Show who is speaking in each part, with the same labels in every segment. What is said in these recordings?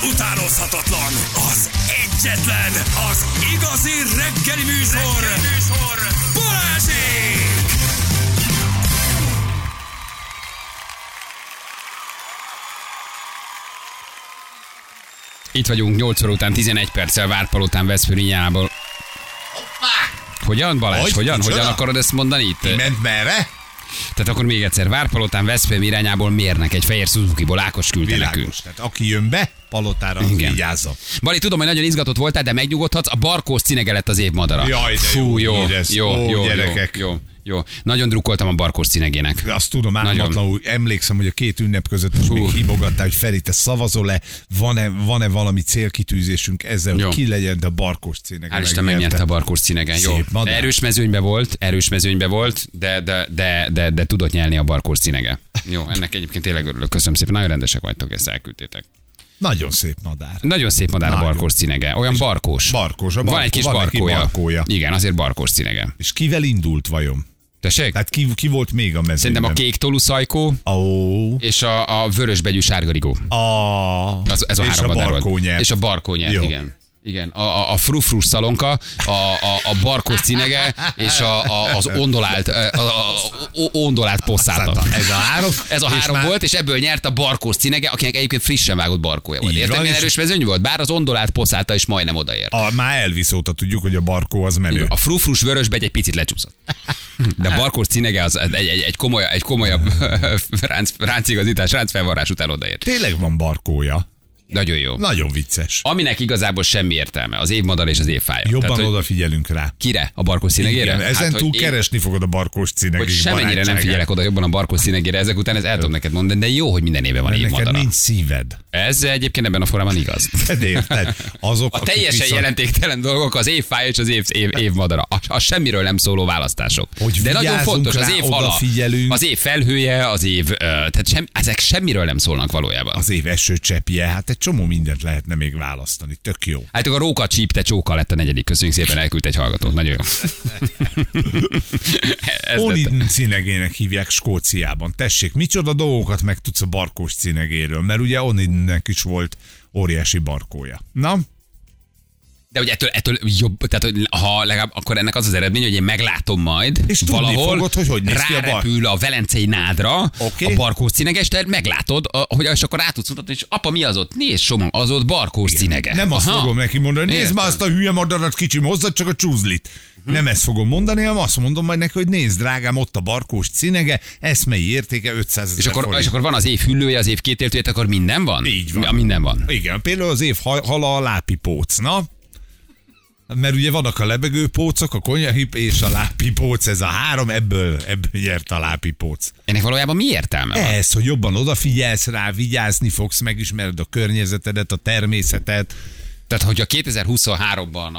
Speaker 1: utánozhatatlan, az egyetlen, az igazi reggeli műsor, reggeli műsor. Balázsék!
Speaker 2: Itt vagyunk 8 óra után, 11 perccel Várpalotán Veszpőrinyából. Hogyan, Balázs?
Speaker 3: Hogy?
Speaker 2: Hogyan?
Speaker 3: Micsoda?
Speaker 2: Hogyan akarod ezt mondani itt?
Speaker 3: Ment merre?
Speaker 2: Tehát akkor még egyszer, Várpalotán Veszprém irányából mérnek egy fehér Suzuki-ból, Ákos küldte nekünk.
Speaker 3: Világos. Tehát aki jön be, palotára az
Speaker 2: Igen.
Speaker 3: vigyázza.
Speaker 2: Bali, tudom, hogy nagyon izgatott voltál, de megnyugodhatsz, a Barkós cinege lett az év madara.
Speaker 3: Jaj, de
Speaker 2: Fú,
Speaker 3: jó
Speaker 2: jó,
Speaker 3: hír ez.
Speaker 2: jó,
Speaker 3: Ó,
Speaker 2: jó,
Speaker 3: gyerekek.
Speaker 2: jó, jó, jó. Nagyon drukkoltam a Barkós cinegének.
Speaker 3: Azt tudom, ártatlanul emlékszem, hogy a két ünnep között is még
Speaker 2: Hú.
Speaker 3: hívogattál, hogy Feri, te szavazol-e, van-e, van-e valami célkitűzésünk ezzel,
Speaker 2: Jó.
Speaker 3: hogy ki legyen, de a Barkos cének.
Speaker 2: Hál' Isten megnyerte a Barkós cinegen. Jó.
Speaker 3: Szép madár.
Speaker 2: Erős mezőnybe volt, erős mezőnybe volt, de, de, de, de, de tudott nyelni a Barkós cinege. Jó, ennek egyébként tényleg örülök. Köszönöm szépen, nagyon rendesek vagytok, ezt elküldtétek.
Speaker 3: Nagyon szép madár.
Speaker 2: Nagyon szép madár a
Speaker 3: Nagyon.
Speaker 2: barkós cinege. Olyan barkós.
Speaker 3: barkós, a
Speaker 2: Van
Speaker 3: barkó-
Speaker 2: egy kis
Speaker 3: van neki
Speaker 2: barkója.
Speaker 3: barkója.
Speaker 2: Igen, azért barkós cinege.
Speaker 3: És kivel indult vajon?
Speaker 2: Tessék?
Speaker 3: Tehát ki, ki volt még a mezőnyben?
Speaker 2: Szerintem a kék tolú szajkó
Speaker 3: Ó,
Speaker 2: és a, a vörös begyű sárgarigó.
Speaker 3: a...
Speaker 2: Az, ez a
Speaker 3: és
Speaker 2: három
Speaker 3: a
Speaker 2: madár volt.
Speaker 3: barkó nyert.
Speaker 2: És a barkó nyert,
Speaker 3: Jó.
Speaker 2: igen. Igen, a, a, a frufrus szalonka, a, a, a barkós cinege és a, a, az ondolált, a, a, a, ondolált posszáta.
Speaker 3: Ez a három.
Speaker 2: Ez a
Speaker 3: És
Speaker 2: három
Speaker 3: már-
Speaker 2: volt, és ebből nyert a barkós cinege, akinek egyébként frissen vágott barkója volt.
Speaker 3: Így
Speaker 2: Érted,
Speaker 3: van,
Speaker 2: milyen
Speaker 3: és-
Speaker 2: erős mezőny volt? Bár az ondolált posszáta is majdnem odaért.
Speaker 3: A, már Elvis óta tudjuk, hogy a barkó az menő.
Speaker 2: A frufrus vörösbegy egy picit lecsúszott. De a barkós cinege az egy, egy, egy, komoly, egy komolyabb ránc, ráncigazítás, ráncfelvarrás után odaért.
Speaker 3: Tényleg van barkója.
Speaker 2: Nagyon jó.
Speaker 3: Nagyon vicces.
Speaker 2: Aminek igazából semmi értelme, az évmadar és az évfája.
Speaker 3: Jobban
Speaker 2: Tehát, hogy
Speaker 3: odafigyelünk rá.
Speaker 2: kire? A barkós színegére?
Speaker 3: Igen, ezen
Speaker 2: hát, hogy
Speaker 3: túl
Speaker 2: én-
Speaker 3: keresni fogod a barkós cínegig
Speaker 2: Hogy semennyire nem figyelek oda jobban a barkós színegére, ezek után ez el tudom neked mondani, de jó, hogy minden évben van
Speaker 3: Neked
Speaker 2: évmadara.
Speaker 3: nincs szíved.
Speaker 2: Ez egyébként ebben a formában igaz.
Speaker 3: Te érted? Azok,
Speaker 2: A
Speaker 3: akik
Speaker 2: teljesen
Speaker 3: viszont-
Speaker 2: jelentéktelen dolgok az évfáj és az év, év, évmadara. A, a semmiről nem szóló választások.
Speaker 3: Hogy
Speaker 2: De nagyon
Speaker 3: vigyázzunk
Speaker 2: fontos az
Speaker 3: rá,
Speaker 2: év hala,
Speaker 3: odafigyelünk.
Speaker 2: az év felhője, az év... ö, Tehát sem, ezek semmiről nem szólnak valójában.
Speaker 3: Az év esőcseppje, hát egy csomó mindent lehetne még választani. Tök jó.
Speaker 2: Hát akkor a róka csípte csóka lett a negyedik. Köszönjük szépen, elküldt egy hallgatót. Nagyon jó. Ez lett.
Speaker 3: Olin cínegének hívják Skóciában. Tessék, micsoda dolgokat megtudsz a barkós cínegéről, mert ugye Olinnek is volt óriási barkója. Na,
Speaker 2: De hogy ettől, ettől jobb, tehát hogy ha legalább, akkor ennek az az eredmény, hogy én meglátom majd,
Speaker 3: És tudni
Speaker 2: valahol
Speaker 3: fogod, hogy hogy néz ki a bar-
Speaker 2: rárepül a velencei nádra,
Speaker 3: Oké.
Speaker 2: a barkós színeges, tehát meglátod, a- hogy és akkor rá tudsz mutatni, és apa mi az ott? Nézd, Soma, az ott barkós színege.
Speaker 3: Nem azt
Speaker 2: Aha.
Speaker 3: fogom neki mondani, nézd
Speaker 2: Értem.
Speaker 3: már azt a hülye madarat kicsim, hozzad csak a csúzlit.
Speaker 2: Mhm.
Speaker 3: Nem ezt fogom mondani, hanem azt mondom majd neki, hogy nézd, drágám, ott a barkós cinege, eszmei értéke 500 ezer
Speaker 2: És akkor,
Speaker 3: forint.
Speaker 2: és akkor van az év hüllője, az év két értőjét, akkor minden van?
Speaker 3: Így van.
Speaker 2: Ja, minden van.
Speaker 3: Igen, például az év hal- hala a lápipóc, na? Mert ugye vannak a lebegőpócok, a konyahip és a lápipóc, ez a három, ebből, ebből nyert a lápipóc.
Speaker 2: Ennek valójában mi értelme van?
Speaker 3: Ez, hogy jobban odafigyelsz rá, vigyázni fogsz, megismered a környezetedet, a természetet,
Speaker 2: Tehát, hogyha 2023-ban a,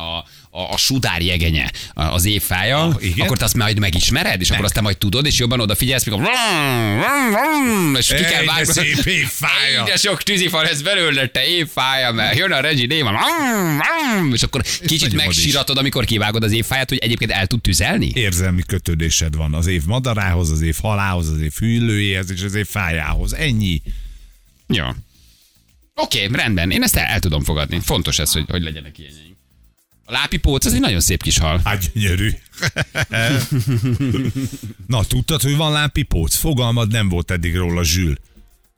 Speaker 2: a, a sudár jegenye a- az évfája, ah,
Speaker 3: igen.
Speaker 2: akkor te azt majd megismered, és akkor aztán majd tudod, és jobban odafigyelsz, mikor vrum, vrum, vrum, és ki
Speaker 3: Ej,
Speaker 2: kell
Speaker 3: de
Speaker 2: vágni.
Speaker 3: szép évfája.
Speaker 2: Ej, De sok tűzifa lesz belőle, te évfája, mert jön a Regi Démon, vrum, vrum, és akkor kicsit
Speaker 3: nagyon is.
Speaker 2: megsiratod, amikor kivágod az évfáját, hogy egyébként el tud tüzelni.
Speaker 3: érzelmi kötődésed van az év madarához, az év halához, az év hüllőjéhez és az év fájához. Ennyi.
Speaker 2: Ja. Oké, rendben, én ezt el, el tudom fogadni. Fontos ez, hogy, hogy legyenek ilyeneink. A lápipóc az egy nagyon szép kis hal.
Speaker 3: Hát gyönyörű. Na, tudtad, hogy van lámpipóc? Fogalmad nem volt eddig róla zsül.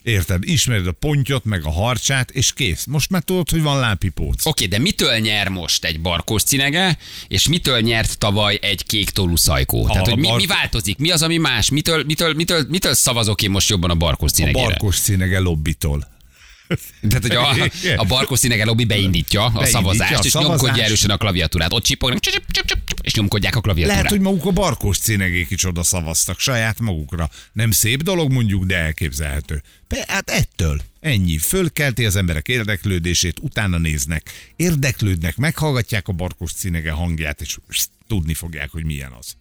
Speaker 3: Érted? Ismered a pontyot, meg a harcsát, és kész. Most már tudod, hogy van lámpipóc.
Speaker 2: Oké, de mitől nyer most egy barkós cinege, és mitől nyert tavaly egy kék tolú szajkó? Tehát, hogy mi,
Speaker 3: bark-
Speaker 2: mi változik? Mi az, ami más? Mitől, mitől, mitől, mitől szavazok én most jobban a barkós
Speaker 3: A
Speaker 2: cinegére?
Speaker 3: barkos színege lobbitól.
Speaker 2: Tehát, hogy a, a barkós cinege lobby beindítja a
Speaker 3: Beindítja
Speaker 2: szavazást,
Speaker 3: a
Speaker 2: és
Speaker 3: szavazást.
Speaker 2: nyomkodja erősen a klaviatúrát. Ott csipognak, csip, csip, csip, csip, és nyomkodják a klaviatúrát.
Speaker 3: Lehet, hogy maguk a barkos cínegék is oda szavaztak saját magukra. Nem szép dolog mondjuk, de elképzelhető. De hát ettől ennyi. Fölkelti az emberek érdeklődését, utána néznek, érdeklődnek, meghallgatják a barkos cínege hangját, és pszt, tudni fogják, hogy milyen az.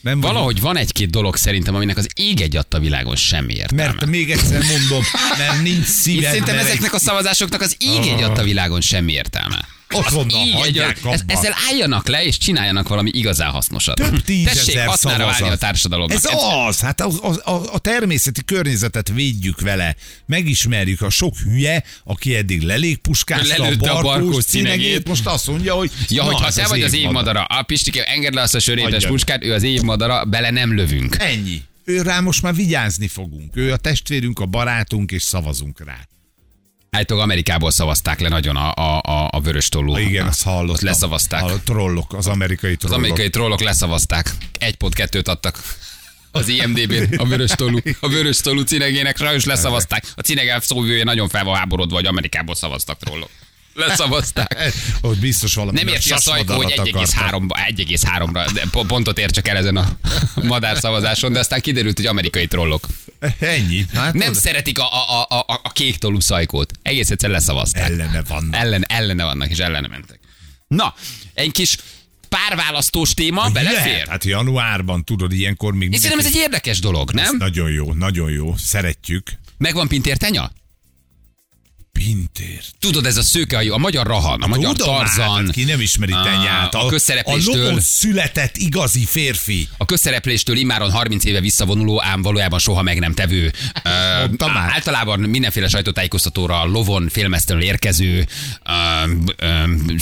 Speaker 3: Nem vagy-
Speaker 2: Valahogy van egy-két dolog szerintem, aminek az ég egy adta világon semmi értelme.
Speaker 3: Mert még egyszer mondom, mert nincs
Speaker 2: Itt
Speaker 3: szíved.
Speaker 2: szerintem
Speaker 3: mert egy-
Speaker 2: ezeknek a szavazásoknak az íg egy adta világon semmi értelme.
Speaker 3: Azonnal
Speaker 2: Így, egy-
Speaker 3: hagyják
Speaker 2: ez-
Speaker 3: abba.
Speaker 2: Ezzel álljanak le, és csináljanak valami igazán hasznosat.
Speaker 3: Több
Speaker 2: Tessék
Speaker 3: tízezer
Speaker 2: hasznára válni a
Speaker 3: szavazat.
Speaker 2: társadalomnak.
Speaker 3: Ez az, hát a, a, a, a természeti környezetet védjük vele. Megismerjük a sok hülye, aki eddig lelégpuskázta a
Speaker 2: Lelőtte a barkóz
Speaker 3: barkós
Speaker 2: színegét.
Speaker 3: színegét, most azt mondja, hogy
Speaker 2: Ja,
Speaker 3: na,
Speaker 2: hogy ha
Speaker 3: ez
Speaker 2: te
Speaker 3: az
Speaker 2: vagy az
Speaker 3: évmadár.
Speaker 2: évmadara, a Pistike, engedd le azt a sörétes
Speaker 3: Adjad.
Speaker 2: puskát, ő az évmadara, bele nem lövünk.
Speaker 3: Ennyi. Ő rá most már vigyázni fogunk. Ő a testvérünk, a barátunk, és szavazunk rá.
Speaker 2: Állítólag Hát, Amerikából szavazták le nagyon a, a, a, a vörös tolló.
Speaker 3: Ha igen, azt hallottam.
Speaker 2: Azt leszavazták.
Speaker 3: A trollok, az amerikai
Speaker 2: Az
Speaker 3: trollok.
Speaker 2: amerikai trollok leszavazták. Egy pont kettőt adtak az IMDB-n a vörös tollú, a vörös tollú cinegének sajnos leszavazták. A cineg szóvője nagyon fel van háborodva, hogy Amerikából szavaztak trollok. Leszavazták.
Speaker 3: Ott Hát, biztos valami
Speaker 2: Nem érti a Szajkó, hogy
Speaker 3: sasmadarat akartak.
Speaker 2: 1,3-ra 1,3 de po- pontot értsek el ezen a madárszavazáson, de aztán kiderült, hogy amerikai trollok.
Speaker 3: Ennyi. Hát
Speaker 2: Nem
Speaker 3: oda-
Speaker 2: szeretik a, a, a, a, a kék tollú szajkót. Egész egyszer leszavazták.
Speaker 3: Ellene vannak.
Speaker 2: Ellen, ellene vannak, és ellene mentek. Na, egy kis párválasztós téma, belefér?
Speaker 3: Lehet, hát januárban, tudod, ilyenkor még...
Speaker 2: Én
Speaker 3: mindenki-
Speaker 2: szerintem ez egy érdekes dolog,
Speaker 3: Ez
Speaker 2: nem?
Speaker 3: Nagyon jó, nagyon jó. Szeretjük.
Speaker 2: Megvan Pintér tenya?
Speaker 3: Pintér.
Speaker 2: Tudod, ez a szőkehajú, a magyar rahan, a magyar
Speaker 3: Tudom már,
Speaker 2: tarzan.
Speaker 3: hát ki nem ismeri
Speaker 2: a-
Speaker 3: tenyát.
Speaker 2: a közszerepléstől.
Speaker 3: A lobon született igazi férfi.
Speaker 2: A közszerepléstől imáron 30 éve visszavonuló, ám valójában soha meg nem tevő. Ö,
Speaker 3: Mondtam már.
Speaker 2: általában mindenféle sajtótájékoztatóra lovon félmeztelenül érkező ö, ö,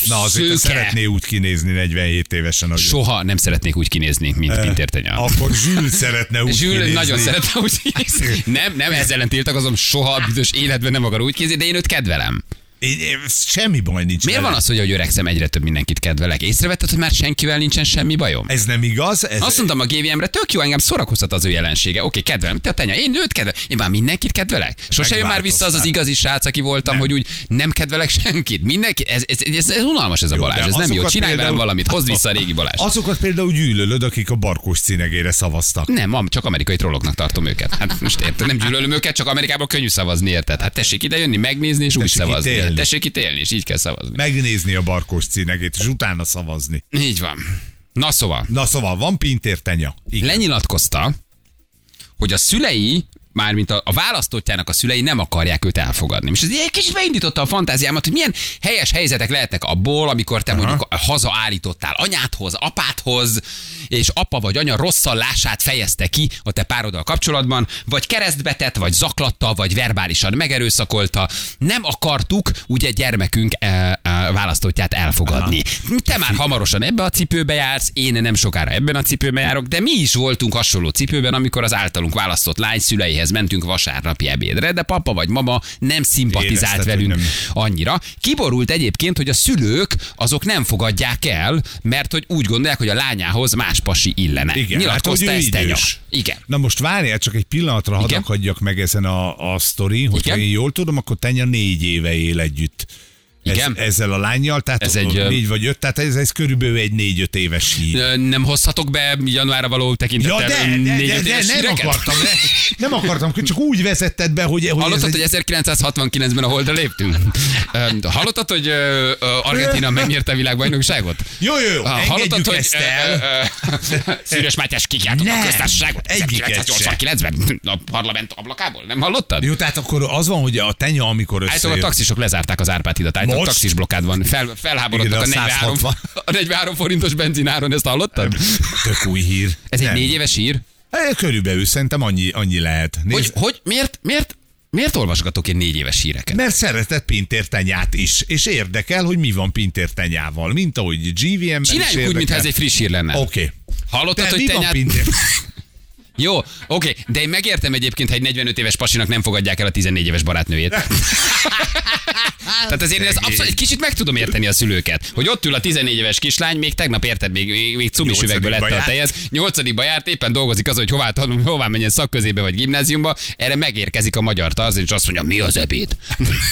Speaker 3: Na azért te
Speaker 2: szőke.
Speaker 3: szeretné úgy kinézni 47 évesen, hogy
Speaker 2: Soha nem szeretnék úgy kinézni, mint Pintér tenya.
Speaker 3: akkor Zsül szeretne úgy
Speaker 2: Zsül
Speaker 3: kinézni.
Speaker 2: nagyon szeretne úgy kinézni. Nem, nem, ezzel ellen tiltakozom, soha a büdös életben nem akar úgy kinézni, de én őt kedvelem.
Speaker 3: Én, én, semmi baj nincs.
Speaker 2: Miért
Speaker 3: vele.
Speaker 2: van az, hogy ahogy öregszem, egyre több mindenkit kedvelek? Észrevetted, hogy már senkivel nincsen semmi bajom?
Speaker 3: Ez nem igaz? Ez,
Speaker 2: Azt mondtam a GVM-re, tök jó, engem szórakoztat az ő jelensége. Oké, kedvelem, te a tenya, én őt kedvelem. Én már mindenkit kedvelek. Sose jön már vissza az az igazi srác, aki voltam, hogy úgy nem kedvelek senkit. Mindenki, ez, ez, ez, ez unalmas ez a
Speaker 3: Jó,
Speaker 2: Balázs,
Speaker 3: de
Speaker 2: ez nem jó.
Speaker 3: azokat
Speaker 2: Csinálj velem
Speaker 3: például-
Speaker 2: valamit, hozd vissza a régi Balázs.
Speaker 3: Azokat például gyűlölöd, akik a barkós cínegére szavaztak.
Speaker 2: Nem, am- csak amerikai trolloknak tartom őket. Hát most érted, nem gyűlölöm őket, csak Amerikában könnyű szavazni, érted? Hát tessék ide jönni, megnézni és úgy
Speaker 3: Tessék itt
Speaker 2: szavazni.
Speaker 3: élni.
Speaker 2: Tessék itt élni, és így kell szavazni.
Speaker 3: Megnézni a barkós cínegét, és utána szavazni.
Speaker 2: Így van. Na szóval,
Speaker 3: Na szóval, van Pintér tenya. Igen.
Speaker 2: lenyilatkozta, hogy a szülei, mármint a, a választottjának a szülei nem akarják őt elfogadni. És ez egy kicsit beindította a fantáziámat, hogy milyen helyes helyzetek lehetnek abból, amikor te mondjuk hazaállítottál anyádhoz, apádhoz, és apa vagy anya rosszallását fejezte ki a te pároddal kapcsolatban, vagy keresztbetett, vagy zaklatta, vagy verbálisan megerőszakolta. Nem akartuk ugye gyermekünk e, e, választottját elfogadni. Te már hamarosan ebbe a cipőbe jársz, én nem sokára ebben a cipőben járok, de mi is voltunk hasonló cipőben, amikor az általunk választott lány szüleihez mentünk vasárnapi ebédre, de papa vagy mama nem szimpatizált
Speaker 3: Érezted,
Speaker 2: velünk
Speaker 3: hogy nem.
Speaker 2: annyira. Kiborult egyébként, hogy a szülők azok nem fogadják el, mert hogy úgy gondolják, hogy a lányához más pasi illene.
Speaker 3: Igen,
Speaker 2: Nyilatkozta
Speaker 3: hát, hogy ő
Speaker 2: ezt Tenya.
Speaker 3: idős.
Speaker 2: Igen.
Speaker 3: Na most várjál, csak egy pillanatra hadd
Speaker 2: Igen?
Speaker 3: akadjak meg ezen a, a sztori, hogyha
Speaker 2: Igen?
Speaker 3: én jól tudom, akkor Tenya négy éve él együtt. Ez,
Speaker 2: Igen?
Speaker 3: ezzel a lányjal, tehát
Speaker 2: Ez
Speaker 3: ez
Speaker 2: egy,
Speaker 3: egy,
Speaker 2: ö-
Speaker 3: négy vagy öt, tehát ez, ez körülbelül egy négy-öt éves hír.
Speaker 2: Ö, Nem hozhatok be januárra való
Speaker 3: Ja,
Speaker 2: tekintettel
Speaker 3: de, de,
Speaker 2: négy
Speaker 3: de, de
Speaker 2: éves
Speaker 3: nem
Speaker 2: híreket?
Speaker 3: akartam, ne, nem akartam, csak úgy vezetted be, hogy, hogy ez
Speaker 2: Hallottad,
Speaker 3: egy
Speaker 2: hogy 1969-ben a Holdra léptünk? Öm, Hallottad, hogy ö, ö, Argentina megnyerte a világbajnokságot?
Speaker 3: Jó, jó, jó,
Speaker 2: Ah, Hallottad,
Speaker 3: engedjük
Speaker 2: hogy
Speaker 3: ezt el.
Speaker 2: ö, ö, Szűrös Mátyás kikiáltott a
Speaker 3: Nem,
Speaker 2: köztársaságot
Speaker 3: egyiket se.
Speaker 2: 1989-ben a parlament ablakából? Nem hallottad?
Speaker 3: Jó, tehát akkor az van, hogy a tenya, amikor
Speaker 2: Állítólag a
Speaker 3: összejön.
Speaker 2: taxisok lezárták az Árpád hidat, állítólag
Speaker 3: Most?
Speaker 2: taxis blokkád van. Fel, felháborodtak a
Speaker 3: Igen, a
Speaker 2: 43,
Speaker 3: 160.
Speaker 2: a 43 forintos benzináron, ezt hallottad?
Speaker 3: Tök új hír.
Speaker 2: Ez egy
Speaker 3: Nem.
Speaker 2: négy éves hír?
Speaker 3: Eh, Körülbelül szerintem annyi, annyi lehet. Nézd,
Speaker 2: Hogy, hogy miért, miért, miért olvasgatok én négy éves híreket?
Speaker 3: Mert szeretett pintértenyát is, és érdekel, hogy mi van pintértenyával, mint ahogy GVM-ben is
Speaker 2: Csináljuk úgy, mintha ez egy friss hír lenne.
Speaker 3: Oké. Okay.
Speaker 2: Hallottad,
Speaker 3: Te
Speaker 2: hogy
Speaker 3: mi
Speaker 2: te
Speaker 3: van
Speaker 2: nyár...
Speaker 3: pintér?
Speaker 2: Jó, oké, de én megértem egyébként, ha egy 45 éves pasinak nem fogadják el a 14 éves barátnőjét. Tehát azért én ezt abszolút egy kicsit meg tudom érteni a szülőket, hogy ott ül a 14 éves kislány, még tegnap érted, még, még, még cumis
Speaker 3: Nyolcadikba
Speaker 2: üvegből lett a
Speaker 3: járt.
Speaker 2: tejez, nyolcadikba járt, éppen dolgozik az, hogy hová, tanul, hová menjen szakközébe vagy gimnáziumba, erre megérkezik a magyar tarzan, és azt mondja, mi az ebéd?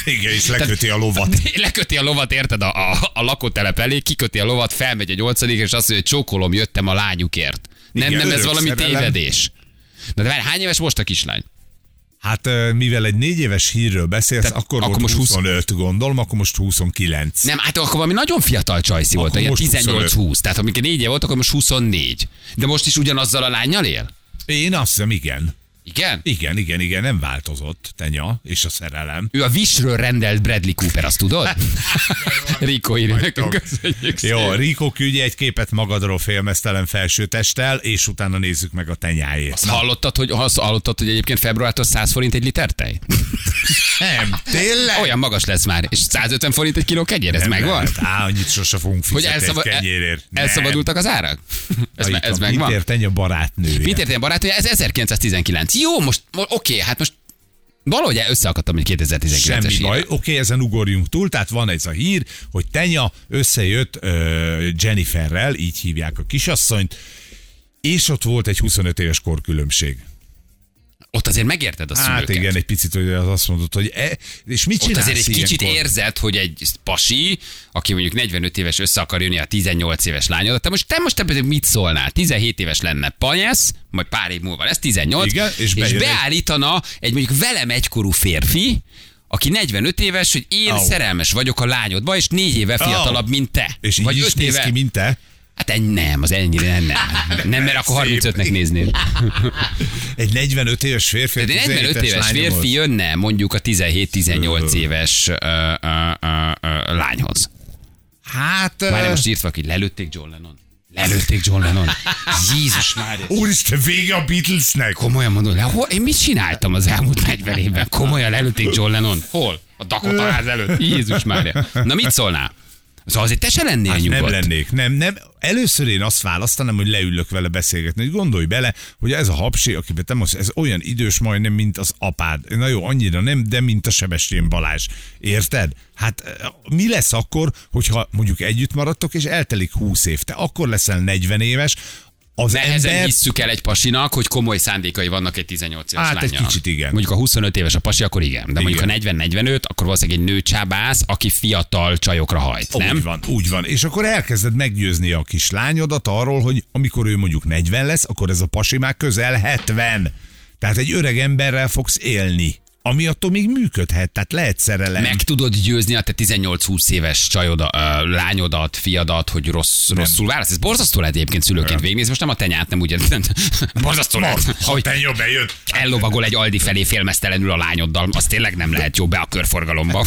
Speaker 3: Igen, és leköti a lovat.
Speaker 2: leköti a lovat, érted, a, a, a lakótelep elé, kiköti a lovat, felmegy a nyolcadik, és azt mondja, hogy csókolom, jöttem a lányukért. Nem,
Speaker 3: Igen,
Speaker 2: nem, ez
Speaker 3: örök
Speaker 2: valami
Speaker 3: szerelem.
Speaker 2: tévedés. Na de várj, hány éves most a kislány?
Speaker 3: Hát ö, mivel egy négy éves hírről beszélsz,
Speaker 2: Tehát
Speaker 3: akkor,
Speaker 2: akkor
Speaker 3: volt
Speaker 2: most
Speaker 3: most
Speaker 2: 20
Speaker 3: 25, gondolom, akkor most 29.
Speaker 2: Nem, hát akkor valami nagyon fiatal csajszi volt,
Speaker 3: Akkor
Speaker 2: ilyen
Speaker 3: most
Speaker 2: 18-20. Tehát amikor négy év volt, akkor most 24. De most is ugyanazzal a lányjal él?
Speaker 3: Én azt hiszem, igen.
Speaker 2: Igen?
Speaker 3: Igen, igen, igen, nem változott tenya és a szerelem.
Speaker 2: Ő a Visről rendelt Bradley Cooper, azt tudod? Rico írja nekünk,
Speaker 3: Vagytok.
Speaker 2: köszönjük
Speaker 3: Jó,
Speaker 2: szépen.
Speaker 3: Rico küldje egy képet magadról félmeztelen felsőtesttel, és utána nézzük meg a tenyájét.
Speaker 2: Azt hallottad, hogy, azt hallottad, hogy egyébként februártól 100 forint egy liter tej?
Speaker 3: Nem, tényleg?
Speaker 2: Olyan magas lesz már, és 150 forint egy kiló kenyér, ez
Speaker 3: Nem
Speaker 2: megvan?
Speaker 3: lehet. Á, annyit sose fogunk
Speaker 2: Hogy
Speaker 3: fizetni
Speaker 2: elszabad,
Speaker 3: egy kenyérért. Nem.
Speaker 2: elszabadultak az árak? Ez,
Speaker 3: Na,
Speaker 2: me-
Speaker 3: itt
Speaker 2: ez
Speaker 3: van
Speaker 2: megvan?
Speaker 3: Peter Tenya barátnője.
Speaker 2: Mit értél barátnője? Ez 1919. Jó, most, mo- oké, hát most valahogy összeakadtam egy 2019-es
Speaker 3: Semmi
Speaker 2: hírrel.
Speaker 3: baj, oké, okay, ezen ugorjunk túl, tehát van ez a hír, hogy Tenya összejött ö, Jenniferrel, így hívják a kisasszonyt, és ott volt egy 25 éves korkülönbség.
Speaker 2: Ott azért megérted a szülőket.
Speaker 3: Hát igen, egy picit hogy az azt mondott, hogy e, és mit
Speaker 2: Ott
Speaker 3: csinálsz
Speaker 2: azért egy kicsit
Speaker 3: ilyenkor?
Speaker 2: érzed, hogy egy pasi, aki mondjuk 45 éves össze akar jönni a 18 éves lányodat, te most, te most te például mit szólnál? 17 éves lenne panyesz, majd pár év múlva lesz 18,
Speaker 3: Igen, és
Speaker 2: és, és
Speaker 3: bejön egy-
Speaker 2: beállítana egy mondjuk velem egykorú férfi, aki 45 éves, hogy én
Speaker 3: Au.
Speaker 2: oh. szerelmes vagyok a lányodba, és négy éve fiatalabb,
Speaker 3: Au.
Speaker 2: mint te.
Speaker 3: És így Vagy
Speaker 2: Vagy
Speaker 3: is
Speaker 2: öt
Speaker 3: néz
Speaker 2: éve.
Speaker 3: ki, mint te.
Speaker 2: Hát ennyi nem, az ennyire nem. Nem, mert akkor 35-nek nézném.
Speaker 3: Egy 45 éves férfi.
Speaker 2: De
Speaker 3: egy
Speaker 2: egy 45
Speaker 3: 17-es
Speaker 2: éves
Speaker 3: lányomhoz.
Speaker 2: férfi jönne mondjuk a 17-18 éves ö, ö, ö, ö, lányhoz.
Speaker 3: Hát... ö,
Speaker 2: Várj, most írt valaki, lelőtték John Lennon. Lelőtték John Lennon. Jézus már.
Speaker 3: Úristen, vége a Beatlesnek!
Speaker 2: Komolyan mondom, le, hol, én mit csináltam az elmúlt 40 évben? Komolyan lelőtték John Lennon. Hol? A Dakota ház előtt. Jézus már. Na mit szólnál? Szóval azért te se lennél hát nyugodt.
Speaker 3: Nem lennék, nem, nem. Először én azt választanám, hogy leülök vele beszélgetni, hogy gondolj bele, hogy ez a hapsi, akiben te most, ez olyan idős majdnem, mint az apád. Na jó, annyira nem, de mint a Sebestyén Balázs. Érted? Hát eh, mi lesz akkor, hogyha mondjuk együtt maradtok, és eltelik 20 év, te akkor leszel 40 éves, az
Speaker 2: Nehezen
Speaker 3: ember...
Speaker 2: hisszük el egy pasinak, hogy komoly szándékai vannak egy 18 éves
Speaker 3: Hát, egy
Speaker 2: lánynak.
Speaker 3: kicsit igen.
Speaker 2: Mondjuk a 25 éves a pasi, akkor igen. De mondjuk
Speaker 3: Igen.
Speaker 2: ha 40-45, akkor valószínűleg egy nőcsábász, aki fiatal csajokra hajt,
Speaker 3: Úgy
Speaker 2: nem?
Speaker 3: van, úgy van. És akkor elkezded meggyőzni a kislányodat arról, hogy amikor ő mondjuk 40 lesz, akkor ez a pasi már közel 70. Tehát egy öreg emberrel fogsz élni. Ami attól még működhet, tehát lehet szerelem.
Speaker 2: Meg tudod győzni a te 18-20 éves csajod, lányodat, fiadat, hogy rossz, rosszul válasz. Ez borzasztó lehet egyébként szülőként végignézni. Most nem a tenyát, nem úgy értem. borzasztó lehet. Hogy
Speaker 3: Tenyó bejött.
Speaker 2: ellovagol egy Aldi felé félmeztelenül a lányoddal, az tényleg nem lehet jó be a körforgalomba.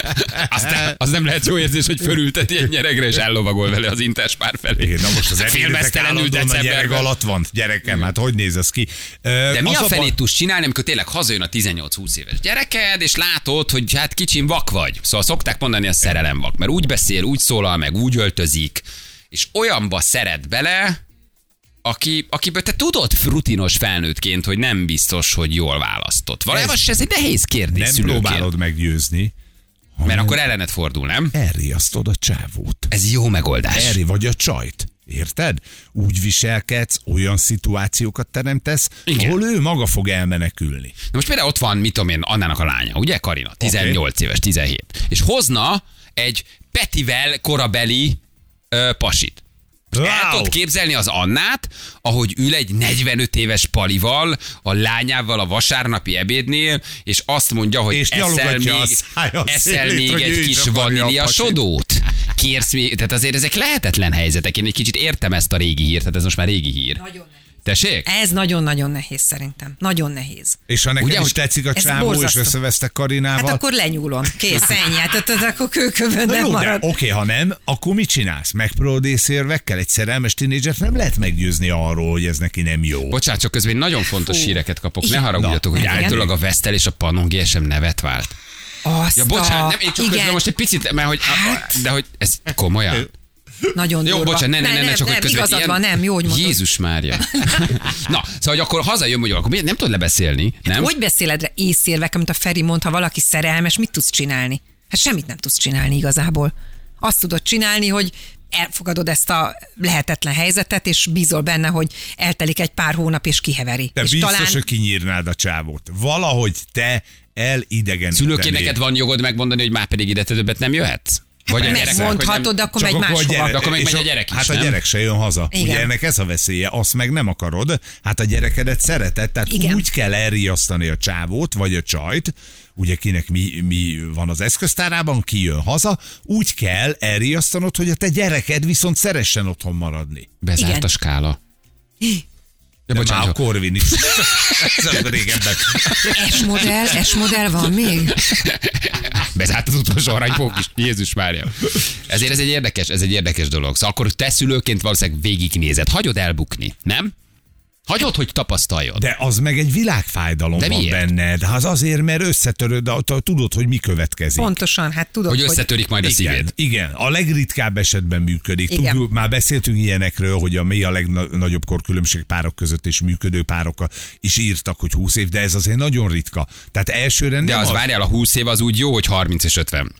Speaker 2: az, nem, az nem lehet jó érzés, hogy fölülteti egy nyeregre, és ellovagol vele az interspár felé.
Speaker 3: Igen, na most az ebédetek
Speaker 2: félmeztelenül
Speaker 3: állandóan a gyerek
Speaker 2: Hát decemberben.
Speaker 3: alatt van. Gyerekem, hát hogy néz ez ki? Ö,
Speaker 2: De mi
Speaker 3: az
Speaker 2: a felét
Speaker 3: baj-
Speaker 2: tudsz csinálni, amikor tényleg hazajön a 18-20 éves gyereked, és látod, hogy hát kicsin vak vagy. Szóval szokták mondani, a szerelem vak, mert úgy beszél, úgy szólal, meg úgy öltözik, és olyanba szeret bele, aki, akiből te tudod rutinos felnőttként, hogy nem biztos, hogy jól választott. Valójában
Speaker 3: Ez-
Speaker 2: ez, ez egy nehéz kérdés
Speaker 3: Nem
Speaker 2: szülőként.
Speaker 3: próbálod meggyőzni,
Speaker 2: Mert akkor ellenet fordul, nem?
Speaker 3: elriasztod a csávót.
Speaker 2: Ez jó megoldás.
Speaker 3: Erre vagy a csajt. Érted? Úgy viselkedsz, olyan szituációkat teremtesz, Igen.
Speaker 2: Igen.
Speaker 3: ahol ő maga fog elmenekülni.
Speaker 2: Na most például ott van, mit tudom én, Annának a lánya, ugye Karina? 18 éves, 17. És hozna egy Petivel korabeli ö, pasit. El tudod képzelni az Annát, ahogy ül egy 45 éves palival, a lányával a vasárnapi ebédnél, és azt mondja, hogy
Speaker 3: És
Speaker 2: eszel még,
Speaker 3: nyalogatja a szája
Speaker 2: eszel
Speaker 3: szélét,
Speaker 2: még
Speaker 3: hogy ő
Speaker 2: egy
Speaker 3: is
Speaker 2: kis
Speaker 3: akarja a
Speaker 2: vanília
Speaker 3: pasit.
Speaker 2: sodót. Kérsz még, tehát azért ezek lehetetlen helyzetek. Én egy kicsit értem ezt a régi hírt, tehát ez most már régi hír.
Speaker 4: Nagyon nehéz.
Speaker 2: Tessék?
Speaker 4: Ez nagyon-nagyon nehéz szerintem. Nagyon nehéz. Hát
Speaker 3: És ha neked
Speaker 2: Ugye,
Speaker 3: Ugye, is
Speaker 2: hogy
Speaker 3: tetszik a
Speaker 4: ez
Speaker 3: csávó, és
Speaker 4: borzasztó.
Speaker 3: összevesztek
Speaker 4: Hát
Speaker 3: Karinával,
Speaker 4: akkor lenyúlom. Kész, ennyi. Hát ott, ott akkor kőkövön
Speaker 3: Na
Speaker 4: nem
Speaker 3: jó, de
Speaker 4: marad.
Speaker 3: oké, ha nem, akkor mit csinálsz? Megpróbálod észérvekkel? Egy szerelmes tínédzsert nem lehet meggyőzni arról, hogy ez neki nem jó.
Speaker 2: Bocsánat, csak közben nagyon fontos híreket kapok. Ne
Speaker 4: Igen.
Speaker 2: haragudjatok, hogy
Speaker 4: Na, igen.
Speaker 2: állítólag a Vestel és a Pannon GSM nevet vált.
Speaker 4: Azt
Speaker 2: Ja, bocsánat, nem, én csak
Speaker 4: igen,
Speaker 2: közben most egy picit, mert hogy, de hogy ez komolyan.
Speaker 4: nagyon
Speaker 2: Jó,
Speaker 4: durva.
Speaker 2: bocsánat, ne, ne, ne, ne, csak hogy
Speaker 4: nem,
Speaker 2: közben
Speaker 4: igazad
Speaker 2: ilyen-
Speaker 4: van, nem, jó, hogy mondod.
Speaker 2: Jézus Mária. Na, szóval, hogy akkor hazajön, hogy akkor miért nem tudod lebeszélni, nem?
Speaker 4: Hát Hogy beszéled rá észérvek, amit a Feri mond, ha valaki szerelmes, mit tudsz csinálni? Hát semmit nem tudsz csinálni igazából. Azt tudod csinálni, hogy elfogadod ezt a lehetetlen helyzetet, és bízol benne, hogy eltelik egy pár hónap, és kiheveri.
Speaker 3: Te
Speaker 4: és
Speaker 3: biztos,
Speaker 4: talán...
Speaker 3: hogy kinyírnád a csávót. Valahogy te elidegen.
Speaker 2: Szülőként neked van jogod megmondani, hogy már pedig ide te többet nem jöhetsz? Vagy a gyereknek, hogy nem-
Speaker 4: Megmondhatod, de akkor megy máshova.
Speaker 2: De akkor még megy a gyerek is,
Speaker 3: Hát a
Speaker 2: nem?
Speaker 3: gyerek se jön haza. Igen.
Speaker 4: Igen.
Speaker 3: Ugye ennek ez a veszélye, azt meg nem akarod. Hát a gyerekedet szereted, tehát Igen.
Speaker 4: Igen.
Speaker 3: úgy kell elriasztani a csávót, vagy a csajt, ugye kinek mi, mi van az eszköztárában, ki jön haza, úgy kell elriasztanod, hogy a te gyereked viszont szeressen otthon maradni.
Speaker 2: Bezárt
Speaker 4: Igen.
Speaker 2: a skála.
Speaker 3: De, De
Speaker 2: bocsánat,
Speaker 3: már a
Speaker 2: Zsó.
Speaker 3: Corvin is. Ez a régebben.
Speaker 4: S-modell, S-modell van még?
Speaker 2: Bezárt az utolsó aranypók is. Jézus Mária. Ezért ez egy érdekes, ez egy érdekes dolog. Szóval akkor te szülőként valószínűleg végignézed. Hagyod elbukni, nem? Hagyod, hogy tapasztaljad.
Speaker 3: De az meg egy világfájdalom
Speaker 2: De
Speaker 3: van
Speaker 2: miért?
Speaker 3: benned. Hát azért, mert összetöröd, a- a- tudod, hogy mi következik.
Speaker 4: Pontosan, hát tudod,
Speaker 2: hogy
Speaker 4: hogy...
Speaker 2: összetörik majd a
Speaker 3: igen,
Speaker 2: szíved.
Speaker 3: igen, a legritkább esetben működik.
Speaker 4: Igen.
Speaker 3: Tudjuk, már beszéltünk ilyenekről, hogy a mi a legnagyobb korkülönbség párok között és működő párok is írtak, hogy 20 év, de ez azért nagyon ritka. Tehát elsőre nem
Speaker 2: De az várjál, a 20 év az úgy jó, hogy 30 és 50.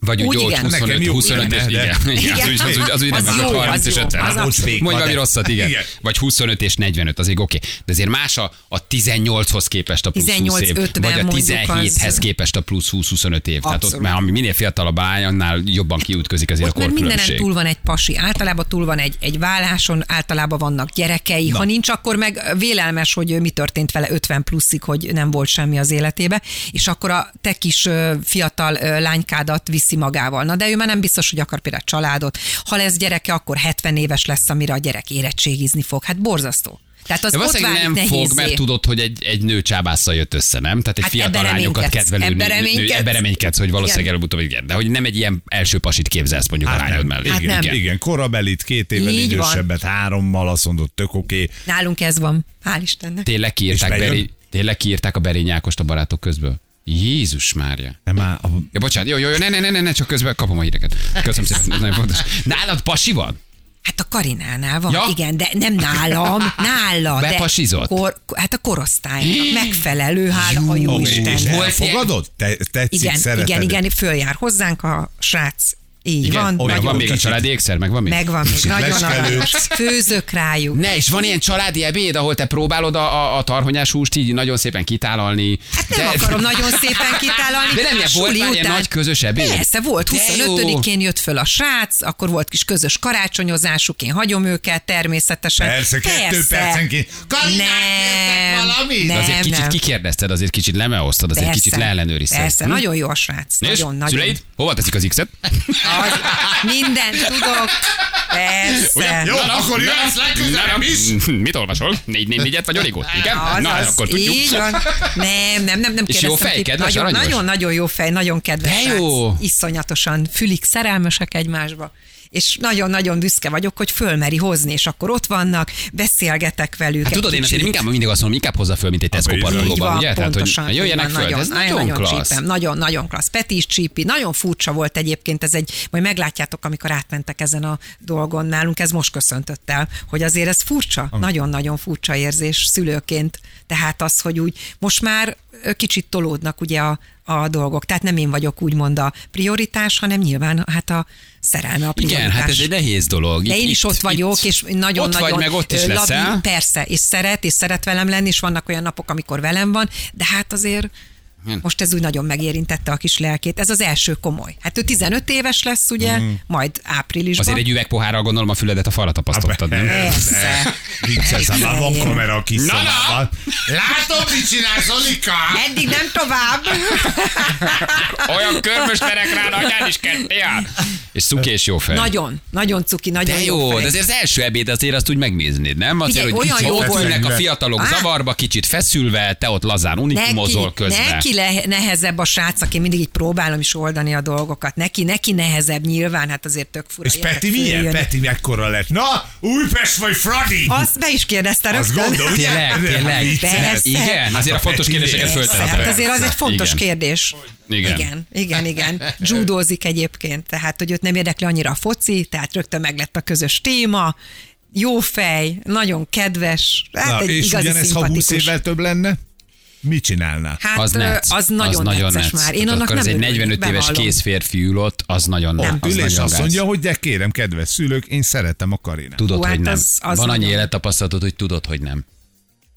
Speaker 2: Vagy úgy,
Speaker 4: Úgy
Speaker 2: jó, hogy
Speaker 4: igen.
Speaker 2: 25,
Speaker 3: Nekem jó
Speaker 2: 25 és
Speaker 3: lenne,
Speaker 2: igen.
Speaker 3: de-
Speaker 2: igen. Az, úgy, az, úgy, az úgy nem
Speaker 4: Az
Speaker 2: az,
Speaker 4: jó,
Speaker 2: hogy 30
Speaker 4: az
Speaker 2: és
Speaker 4: jó,
Speaker 2: 50.
Speaker 4: az
Speaker 2: Hát,
Speaker 4: abszolút.
Speaker 2: Mondj valami rosszat, igen.
Speaker 3: Igen.
Speaker 2: Vagy 25 és 45, az még oké. Okay. De azért más a, a 18-hoz képest a plusz 20 év.
Speaker 4: 18-50
Speaker 2: Vagy a
Speaker 4: mondjuk az-
Speaker 2: 17-hez képest a plusz 20-25 év. Tehát ott
Speaker 4: Abszolút.
Speaker 2: már ami minél fiatalabb áll, annál jobban kiütközik azért
Speaker 4: Ott
Speaker 2: a
Speaker 4: már mindenen
Speaker 2: korkülönbség.
Speaker 4: túl van egy pasi. Általában túl van egy, egy válláson, általában vannak gyerekei. Na. Ha nincs, akkor meg vélelmes, hogy mi történt vele 50 pluszig, hogy nem volt semmi az életébe, és akkor a te kis ö, fiatal ö, lánykádat viszi magával. Na de ő már nem biztos, hogy akar például családot. Ha lesz gyereke, akkor 70 éves lesz, amire a gyerek érettségizni fog. Hát borzasztó. Tehát az
Speaker 2: De
Speaker 4: ott
Speaker 2: valószínűleg
Speaker 4: válik
Speaker 2: nem
Speaker 4: nehézé.
Speaker 2: fog, mert tudod, hogy egy, egy nő csábásszal jött össze, nem? Tehát egy
Speaker 4: Hát
Speaker 2: fiatal
Speaker 4: ebbe
Speaker 2: lányokat
Speaker 4: reménykedsz,
Speaker 2: kedvelő
Speaker 4: ebbe
Speaker 2: nő, nő,
Speaker 4: reménykedsz.
Speaker 2: ebbe reménykedsz, hogy valószínűleg
Speaker 4: Igen.
Speaker 2: előbb-utóbb igen. De hogy nem egy ilyen első pasit képzelsz mondjuk a lányod mellé.
Speaker 4: Hát
Speaker 3: igen,
Speaker 4: nem.
Speaker 3: igen, korabelit, két évvel
Speaker 4: Így van.
Speaker 3: idősebbet, hárommal, azt mondod, tök oké.
Speaker 4: Nálunk ez van. Hál' Istennek.
Speaker 2: Tényleg kiírták,
Speaker 3: És bejön?
Speaker 2: Beri, tényleg kiírták a Berényákost a barátok közből. Jézus Mária.
Speaker 3: De már a
Speaker 2: Ja, bocsánat, jó, jó, jó, ne, ne, ne, ne, ne, csak közben kapom a híreket. Köszönöm szépen, ez nagyon fontos. Nálad pasi van?
Speaker 4: Hát a Karinánál van,
Speaker 2: Ja?
Speaker 4: ja? igen, de nem nálam, nála. de
Speaker 2: Bepasizott?
Speaker 4: Kor, hát a korosztálynak megfelelő, hála a jó
Speaker 3: és
Speaker 4: Isten.
Speaker 3: és
Speaker 2: Volt
Speaker 3: elfogadod? Te, tetszik,
Speaker 4: Igen,
Speaker 3: szereted.
Speaker 4: igen, igen, följár hozzánk a srác. Így
Speaker 2: Igen,
Speaker 4: van,
Speaker 2: Ó, meg
Speaker 4: nagyon,
Speaker 2: van még a
Speaker 3: kicsit.
Speaker 2: családi ékszer, meg van még?
Speaker 4: megvan még, nagyon
Speaker 3: leskelős.
Speaker 4: aranyos. Főzök rájuk.
Speaker 2: Ne, és van ilyen családi ebéd, ahol te próbálod a, a, a tarhonyás húst így nagyon szépen kitálalni.
Speaker 4: Hát nem akarom nagyon szépen kitálalni.
Speaker 2: De nem ilyen volt
Speaker 4: Suli
Speaker 2: már ilyen
Speaker 4: után-
Speaker 2: nagy közös ebéd?
Speaker 4: Persze, volt.
Speaker 2: De jó.
Speaker 4: 25-én jött föl a srác, akkor volt kis közös karácsonyozásuk, én hagyom őket természetesen.
Speaker 3: Persze, kettő percenként. Karinám, kértek
Speaker 4: Nem,
Speaker 3: valamit?
Speaker 2: De
Speaker 4: nem,
Speaker 2: azért kicsit
Speaker 4: nem.
Speaker 2: kikérdezted, azért kicsit lemeosztod, azért
Speaker 4: Persze.
Speaker 2: kicsit leellenőrizted.
Speaker 4: Persze,
Speaker 2: Hm?
Speaker 4: nagyon jó a srác.
Speaker 2: És
Speaker 4: Nagyon, nagyon.
Speaker 2: Szüleid, hova teszik az X-et?
Speaker 4: Az, mindent tudok. Persze.
Speaker 2: Ugye?
Speaker 3: Na, akkor jössz
Speaker 2: na,
Speaker 3: legközelebb
Speaker 2: na,
Speaker 3: is.
Speaker 2: m- Mit olvasol? Négy, négy, négyet vagy origót? Igen?
Speaker 4: Az,
Speaker 2: Na,
Speaker 4: az,
Speaker 2: akkor tudjuk.
Speaker 4: Így van. Nem, nem, nem, nem
Speaker 2: És
Speaker 4: kérdeztem
Speaker 2: jó fej,
Speaker 4: ki.
Speaker 2: kedves,
Speaker 4: nagyon,
Speaker 2: aranyos?
Speaker 4: nagyon, nagyon jó fej, nagyon kedves
Speaker 2: De
Speaker 4: srác.
Speaker 2: jó.
Speaker 4: Iszonyatosan fülik, szerelmesek egymásba. És nagyon-nagyon büszke vagyok, hogy fölmeri hozni, és akkor ott vannak, beszélgetek velük.
Speaker 2: Hát
Speaker 4: egy
Speaker 2: tudod, én
Speaker 4: kicsit.
Speaker 2: azért inkább mindig azt mondom, inkább hozza föl, mint egy Tesco
Speaker 3: bizony.
Speaker 4: Így
Speaker 2: parkolóban,
Speaker 4: van,
Speaker 2: ugye? Tehát, hogy
Speaker 4: pontosan.
Speaker 2: jöjjenek
Speaker 4: így
Speaker 2: föl, de ez nagyon klassz.
Speaker 4: csípem. Nagyon, nagyon klassz. Peti is csípi. Nagyon furcsa volt egyébként ez egy, majd meglátjátok, amikor átmentek ezen a dolgon nálunk, ez most köszöntött el, hogy azért ez furcsa, nagyon-nagyon furcsa érzés szülőként. Tehát az, hogy úgy most már ö, kicsit tolódnak ugye a, a dolgok. Tehát nem én vagyok úgymond a prioritás, hanem nyilván hát a szerelme a prioritás.
Speaker 2: Igen, hát ez egy nehéz dolog.
Speaker 4: De én
Speaker 2: Itt-
Speaker 4: is ott
Speaker 2: itt-
Speaker 4: vagyok,
Speaker 2: itt-
Speaker 4: és nagyon-nagyon
Speaker 2: Ott vagy, meg ott is
Speaker 4: ö,
Speaker 2: leszel.
Speaker 4: labil, Persze, és szeret, és szeret velem lenni, és vannak olyan napok, amikor velem van, de hát azért most ez úgy nagyon megérintette a kis lelkét. Ez az első komoly. Hát ő 15 éves lesz, ugye, mm. majd áprilisban.
Speaker 2: Mhm. Azért egy üvegpohárral gondolom a füledet a falra tapasztottad, nem?
Speaker 4: Persze.
Speaker 3: Vicces, már van
Speaker 4: Igen.
Speaker 3: kamera a kis
Speaker 2: Na, na!
Speaker 3: szobában. Látom, mit csinálsz, Olika!
Speaker 4: Eddig nem tovább.
Speaker 2: Olyan körmösterek rá, atyán is ketté áll. És szuki és jó fej.
Speaker 4: Nagyon, nagyon cuki, nagyon
Speaker 2: De jó,
Speaker 4: fej.
Speaker 2: de azért az első ebéd azért azt úgy megnéznéd, nem? Azért,
Speaker 4: Figyelj,
Speaker 2: hogy
Speaker 4: olyan
Speaker 2: kicsit
Speaker 4: jó
Speaker 2: ott
Speaker 3: volt.
Speaker 2: ülnek a fiatalok
Speaker 4: Á.
Speaker 2: zavarba, kicsit feszülve, te ott lazán unikumozol közben.
Speaker 4: Neki le, nehezebb a srác, aki mindig így próbálom is oldani a dolgokat. Neki, neki nehezebb nyilván, hát azért tök fura.
Speaker 3: És
Speaker 4: gyerek
Speaker 3: Peti milyen?
Speaker 4: följön.
Speaker 3: Peti mekkora lett? Na, Újpest vagy Fradi?
Speaker 4: Azt be is kérdezte
Speaker 3: Azt
Speaker 4: rögtön.
Speaker 3: gondolom, ugye?
Speaker 2: Tényleg, tényleg.
Speaker 3: Vicces.
Speaker 4: Persze.
Speaker 2: Igen, azért a fontos kérdéseket
Speaker 3: Persze,
Speaker 2: föltettem.
Speaker 4: Hát azért az egy fontos
Speaker 2: Igen.
Speaker 4: kérdés.
Speaker 2: Igen.
Speaker 4: igen, igen, igen. Judózik egyébként, tehát hogy őt nem érdekli annyira a foci, tehát rögtön meglett a közös téma, jó fej, nagyon kedves, hát
Speaker 3: Na,
Speaker 4: egy
Speaker 3: és
Speaker 4: igazi
Speaker 3: ugyanez, ha 20
Speaker 4: szimpatikus.
Speaker 3: évvel több lenne, mit csinálná?
Speaker 4: Hát
Speaker 2: az,
Speaker 4: ö,
Speaker 2: nec.
Speaker 4: az nagyon, az nagyon necces
Speaker 2: nec.
Speaker 4: már. Én
Speaker 2: Tehát
Speaker 4: annak
Speaker 2: akkor
Speaker 4: nem
Speaker 2: ez egy
Speaker 4: örülök,
Speaker 2: 45 éves
Speaker 4: bevallom.
Speaker 2: kész férfi ül ott, az nagyon
Speaker 4: Nem.
Speaker 2: az
Speaker 3: Ül és
Speaker 2: nagyon
Speaker 3: azt
Speaker 2: gáz.
Speaker 3: mondja, hogy de kérem, kedves szülők, én szeretem a Karinát.
Speaker 2: Tudod,
Speaker 4: Hú,
Speaker 2: hogy
Speaker 4: hát
Speaker 2: nem.
Speaker 4: az- az
Speaker 2: Van annyi
Speaker 4: nagyon-
Speaker 2: élettapasztalatod, hogy tudod, hogy nem.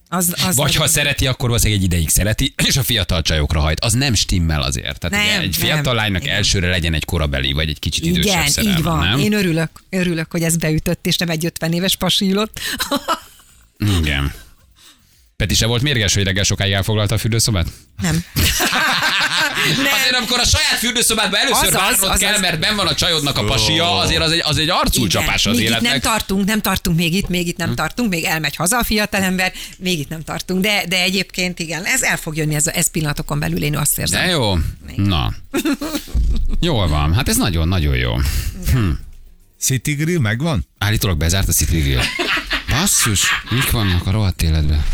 Speaker 4: Az, az
Speaker 2: Vagy
Speaker 4: nagyon-
Speaker 2: ha szereti, akkor valószínűleg egy ideig szereti, és a fiatal csajokra hajt. Az nem stimmel azért. Tehát
Speaker 4: Nem,
Speaker 2: ugye egy
Speaker 4: nem.
Speaker 2: fiatal lánynak
Speaker 4: Igen.
Speaker 2: elsőre legyen egy korabeli, vagy egy kicsit idősebb
Speaker 4: Igen,
Speaker 2: szerelme,
Speaker 4: így van.
Speaker 2: nem?
Speaker 4: Én örülök, örülök, hogy ez beütött, és nem egy 50 éves pasílott.
Speaker 2: Igen. Peti se volt mérges, hogy reggel sokáig elfoglalta a fürdőszobát?
Speaker 4: Nem.
Speaker 2: Nem. Azért, amikor a saját fürdőszobádba először
Speaker 4: Azaz,
Speaker 2: várnod
Speaker 4: azaz.
Speaker 2: kell, mert ben van a csajodnak a pasia, azért az egy, az egy arcul csapás az
Speaker 4: még Itt nem
Speaker 2: életnek.
Speaker 4: tartunk, nem tartunk még itt, még itt nem tartunk, még elmegy haza a fiatalember, még itt nem tartunk, de, de egyébként igen, ez el fog jönni, ez, a- ez pillanatokon belül én azt érzem.
Speaker 2: De jó? Na. Jól van, hát ez nagyon-nagyon jó.
Speaker 3: City Grill megvan?
Speaker 2: Állítólag bezárt a City Grill. Basszus, mik vannak a rohadt életben?